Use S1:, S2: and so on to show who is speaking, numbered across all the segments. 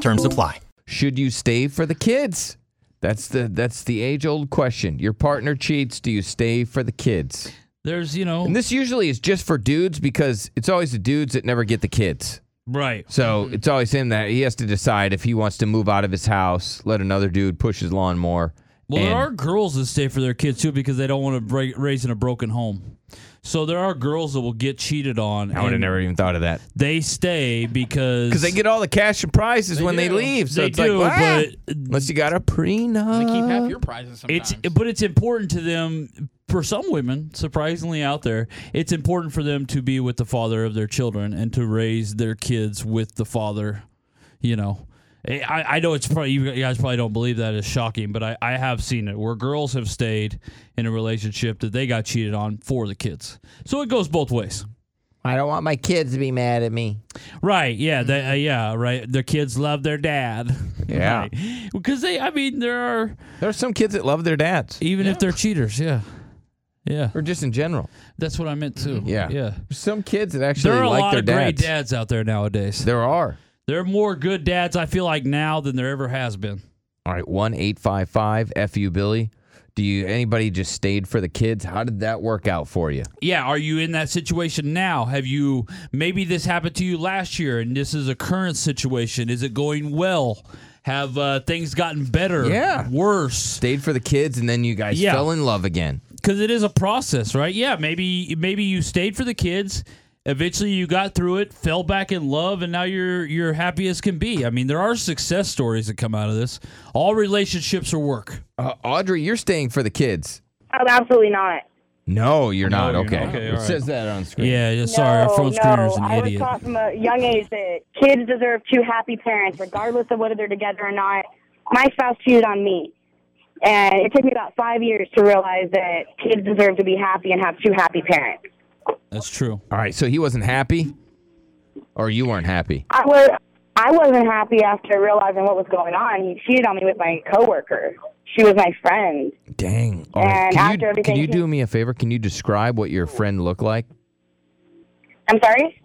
S1: Terms apply.
S2: Should you stay for the kids? That's the that's the age old question. Your partner cheats, do you stay for the kids?
S3: There's, you know,
S2: And this usually is just for dudes because it's always the dudes that never get the kids.
S3: right.
S2: So it's always him that he has to decide if he wants to move out of his house, let another dude push his lawn more.
S3: Well, there
S2: and-
S3: are girls that stay for their kids too because they don't want to break, raise in a broken home. So there are girls that will get cheated on.
S2: I would have
S3: and
S2: never even thought of that
S3: They stay because
S2: because they get all the cash and prizes when they
S4: do.
S2: leave. So
S3: They
S2: it's
S3: do,
S2: like, "Ah!"
S3: but-
S2: unless you got a prenup,
S4: They keep half your prizes sometimes.
S3: It's but it's important to them for some women, surprisingly out there, it's important for them to be with the father of their children and to raise their kids with the father. You know, Eh, I, I know it's probably you guys probably don't believe that is shocking, but I, I have seen it where girls have stayed in a relationship that they got cheated on for the kids. So it goes both ways.
S2: I don't want my kids to be mad at me.
S3: Right. Yeah. They, uh, yeah. Right. Their kids love their dad.
S2: Yeah.
S3: Because they, I mean, there are,
S2: There are some kids that love their dads,
S3: even if they're cheaters. Yeah. Yeah.
S2: or just in general.
S3: That's what I meant too.
S2: Mm-hmm. Yeah.
S3: Yeah.
S2: Some kids that
S3: There
S2: actually
S3: are a
S2: like
S3: lot
S2: their
S3: of
S2: dads.
S3: great dads out there nowadays.
S2: There are.
S3: There are more good dads, I feel like, now than there ever has been.
S2: All right, one eight five five fu Billy. Do you anybody just stayed for the kids? How did that work out for you?
S3: Yeah, are you in that situation now? Have you maybe this happened to you last year and this is a current situation? Is it going well? Have uh, things gotten better?
S2: Yeah.
S3: Worse?
S2: Stayed for the kids, and then you guys
S3: Yeah.
S2: fell in love again.
S3: because it is a process, right? Yeah, maybe maybe you stayed for the kids. Eventually, you got through it, fell back in love, and now you're you're happy as can be. I mean, there are success stories that come out of this. All relationships are work.
S2: Uh, Audrey, you're staying for the kids.
S5: Oh, absolutely not.
S2: No, you're not.
S3: you're
S2: okay,
S3: not. Okay,
S2: it
S3: all right.
S2: says that on screen.
S3: Yeah, yeah sorry,
S5: no,
S3: our phone
S5: no.
S3: screener's an
S5: I
S3: idiot.
S5: was taught from a young age that kids deserve two happy parents, regardless of whether they're together or not. My spouse cheated on me, and it took me about five years to realize that kids deserve to be happy and have two happy parents.
S3: That's true.
S2: All right, so he wasn't happy, or you weren't happy.
S5: I was I wasn't happy after realizing what was going on. He cheated on me with my coworker. She was my friend.
S2: Dang. All right,
S5: And
S2: can,
S5: after
S2: you, can
S5: everything
S2: you
S5: he-
S2: do me a favor? Can you describe what your friend looked like?
S5: I'm sorry.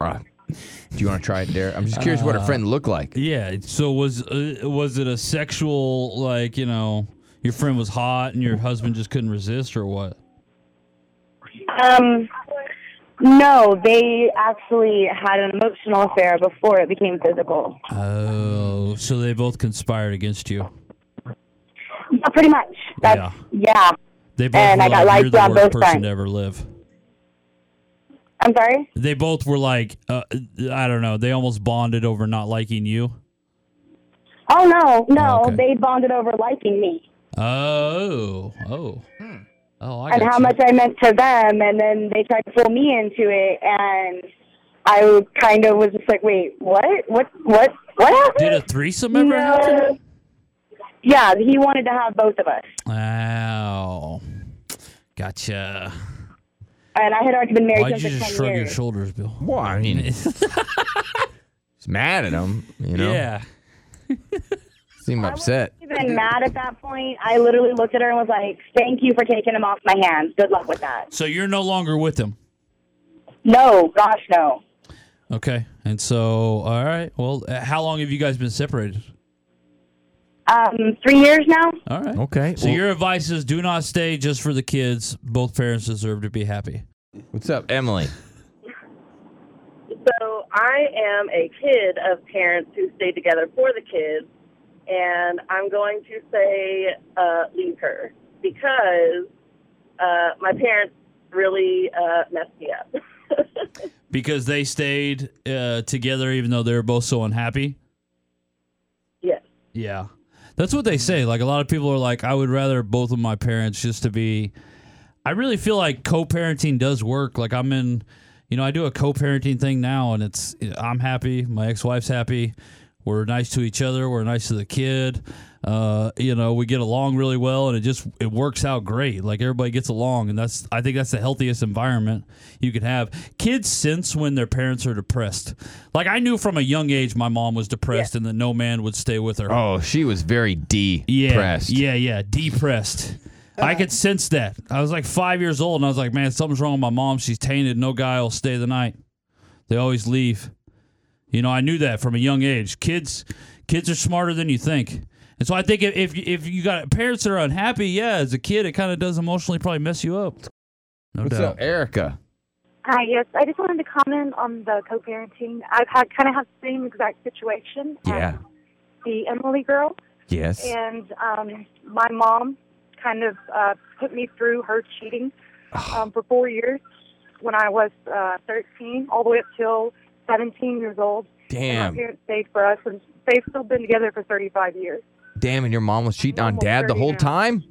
S2: Uh, do you want to try it, Derek? I'm just curious what
S3: Uh,
S2: a friend looked like.
S3: Yeah. So was uh, was it a sexual like you know your friend was hot and your husband just couldn't resist or what?
S5: Um, no, they actually had an emotional affair before it became physical.
S3: Oh, so they both conspired against you.
S5: Yeah, pretty much. That's, yeah.
S3: They both
S5: And
S3: were
S5: I
S3: like,
S5: got lights
S3: you're the
S5: on
S3: worst
S5: both
S3: person
S5: sides."
S3: to ever live.
S5: I'm sorry.
S3: they both were like uh, i don't know they almost bonded over not liking you
S5: Oh no, no,
S3: Okay.
S5: they bonded over liking me
S3: oh oh oh I
S5: and
S3: got
S5: how
S3: you.
S5: much I meant to them, and then they tried to pull me into it, and I kind of was just like, wait, what, what, what, what
S3: did a
S5: happened?
S3: threesome ever happen
S5: No. Yeah, he wanted to have both of us,
S3: wow gotcha
S5: and I had already been married
S3: why'd you
S5: since like
S3: just
S5: ten
S3: shrug your
S5: years.
S3: shoulders bill
S2: Well, I mean, he's mad at him. You know,
S3: yeah
S2: seemed upset.
S5: I wasn't even mad at that point. I literally looked at her and was like, "Thank you for taking him off my hands. Good luck with that."
S3: so you're no longer with him
S5: No, gosh, no.
S3: okay and so all right well uh, how long have you guys been separated
S5: Um, three years now.
S3: all right
S2: Okay.
S3: so
S2: well,
S3: your advice is do not stay just for the kids both parents deserve to be happy
S2: what's up, Emily?
S6: So I am a kid of parents who stay together for the kids, and I'm going to say uh, leave her because uh, my parents really uh, messed me up.
S3: because they stayed uh, together even though they were both so unhappy
S6: yes.
S3: Yeah. That's what they say. Like a lot of people are like, I would rather both of my parents just to be I really feel like co parenting does work. Like I'm in you know, I do a co parenting thing now and it's I'm happy, my ex wife's happy. We're- We're nice to each other. We're nice to the kid. Uh, you know, we get along really well, and it just it works out great. Like everybody gets along, and that's I think that's the healthiest environment you can have. Kids sense when their parents are depressed. Like I knew from a young age, my mom was depressed, and that no man would stay with her.
S2: Oh, she was very depressed.
S3: Yeah, yeah, yeah, depressed. I could sense that. I was like five years old, and I was like, man, something's wrong with my mom. She's tainted. No guy will stay the night. They always leave. You know, I knew that from a young age. Kids, kids are smarter than you think. And so I think if if, if you got parents that are unhappy, yeah, as a kid, it kind of does emotionally probably mess you up. No
S2: What's
S3: doubt.
S2: up, Erica?
S4: Hi, Uh, yes. I just wanted to comment on the co parenting. I've had kind of had the same exact situation as
S2: Yeah.
S4: the Emily girl.
S2: Yes.
S4: And um, my mom kind of uh, put me through her cheating
S2: Oh.
S4: um, for four years when I was uh, 13, all the way up till 17 years old. And
S2: Damn.
S4: my parents stayed for us, and they've still been together for 35 years.
S2: Damn, and your mom was cheating on
S4: Almost
S2: dad the
S4: 30
S2: whole
S4: now.
S2: time?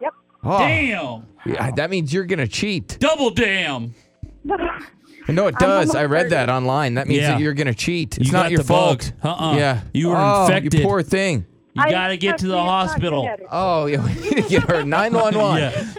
S4: Yep.
S2: Oh,
S3: Damn,
S2: yeah, that means you're going to cheat.
S3: double damn.
S2: No, it does.
S4: almost
S2: I read
S4: 30.
S2: that online. That means
S3: Yeah.
S2: that you're going to cheat. It's
S3: You
S2: not
S3: got
S2: your
S3: the bug.
S2: fault.
S3: Uh-uh.
S2: Yeah.
S3: You were
S2: oh,
S3: infected.
S2: You poor thing.
S3: You
S4: I-
S3: got to get to
S4: she
S3: the
S4: is not good
S3: hospital.
S4: at it.
S2: Oh, yeah. We need to get her 911.
S3: Yeah,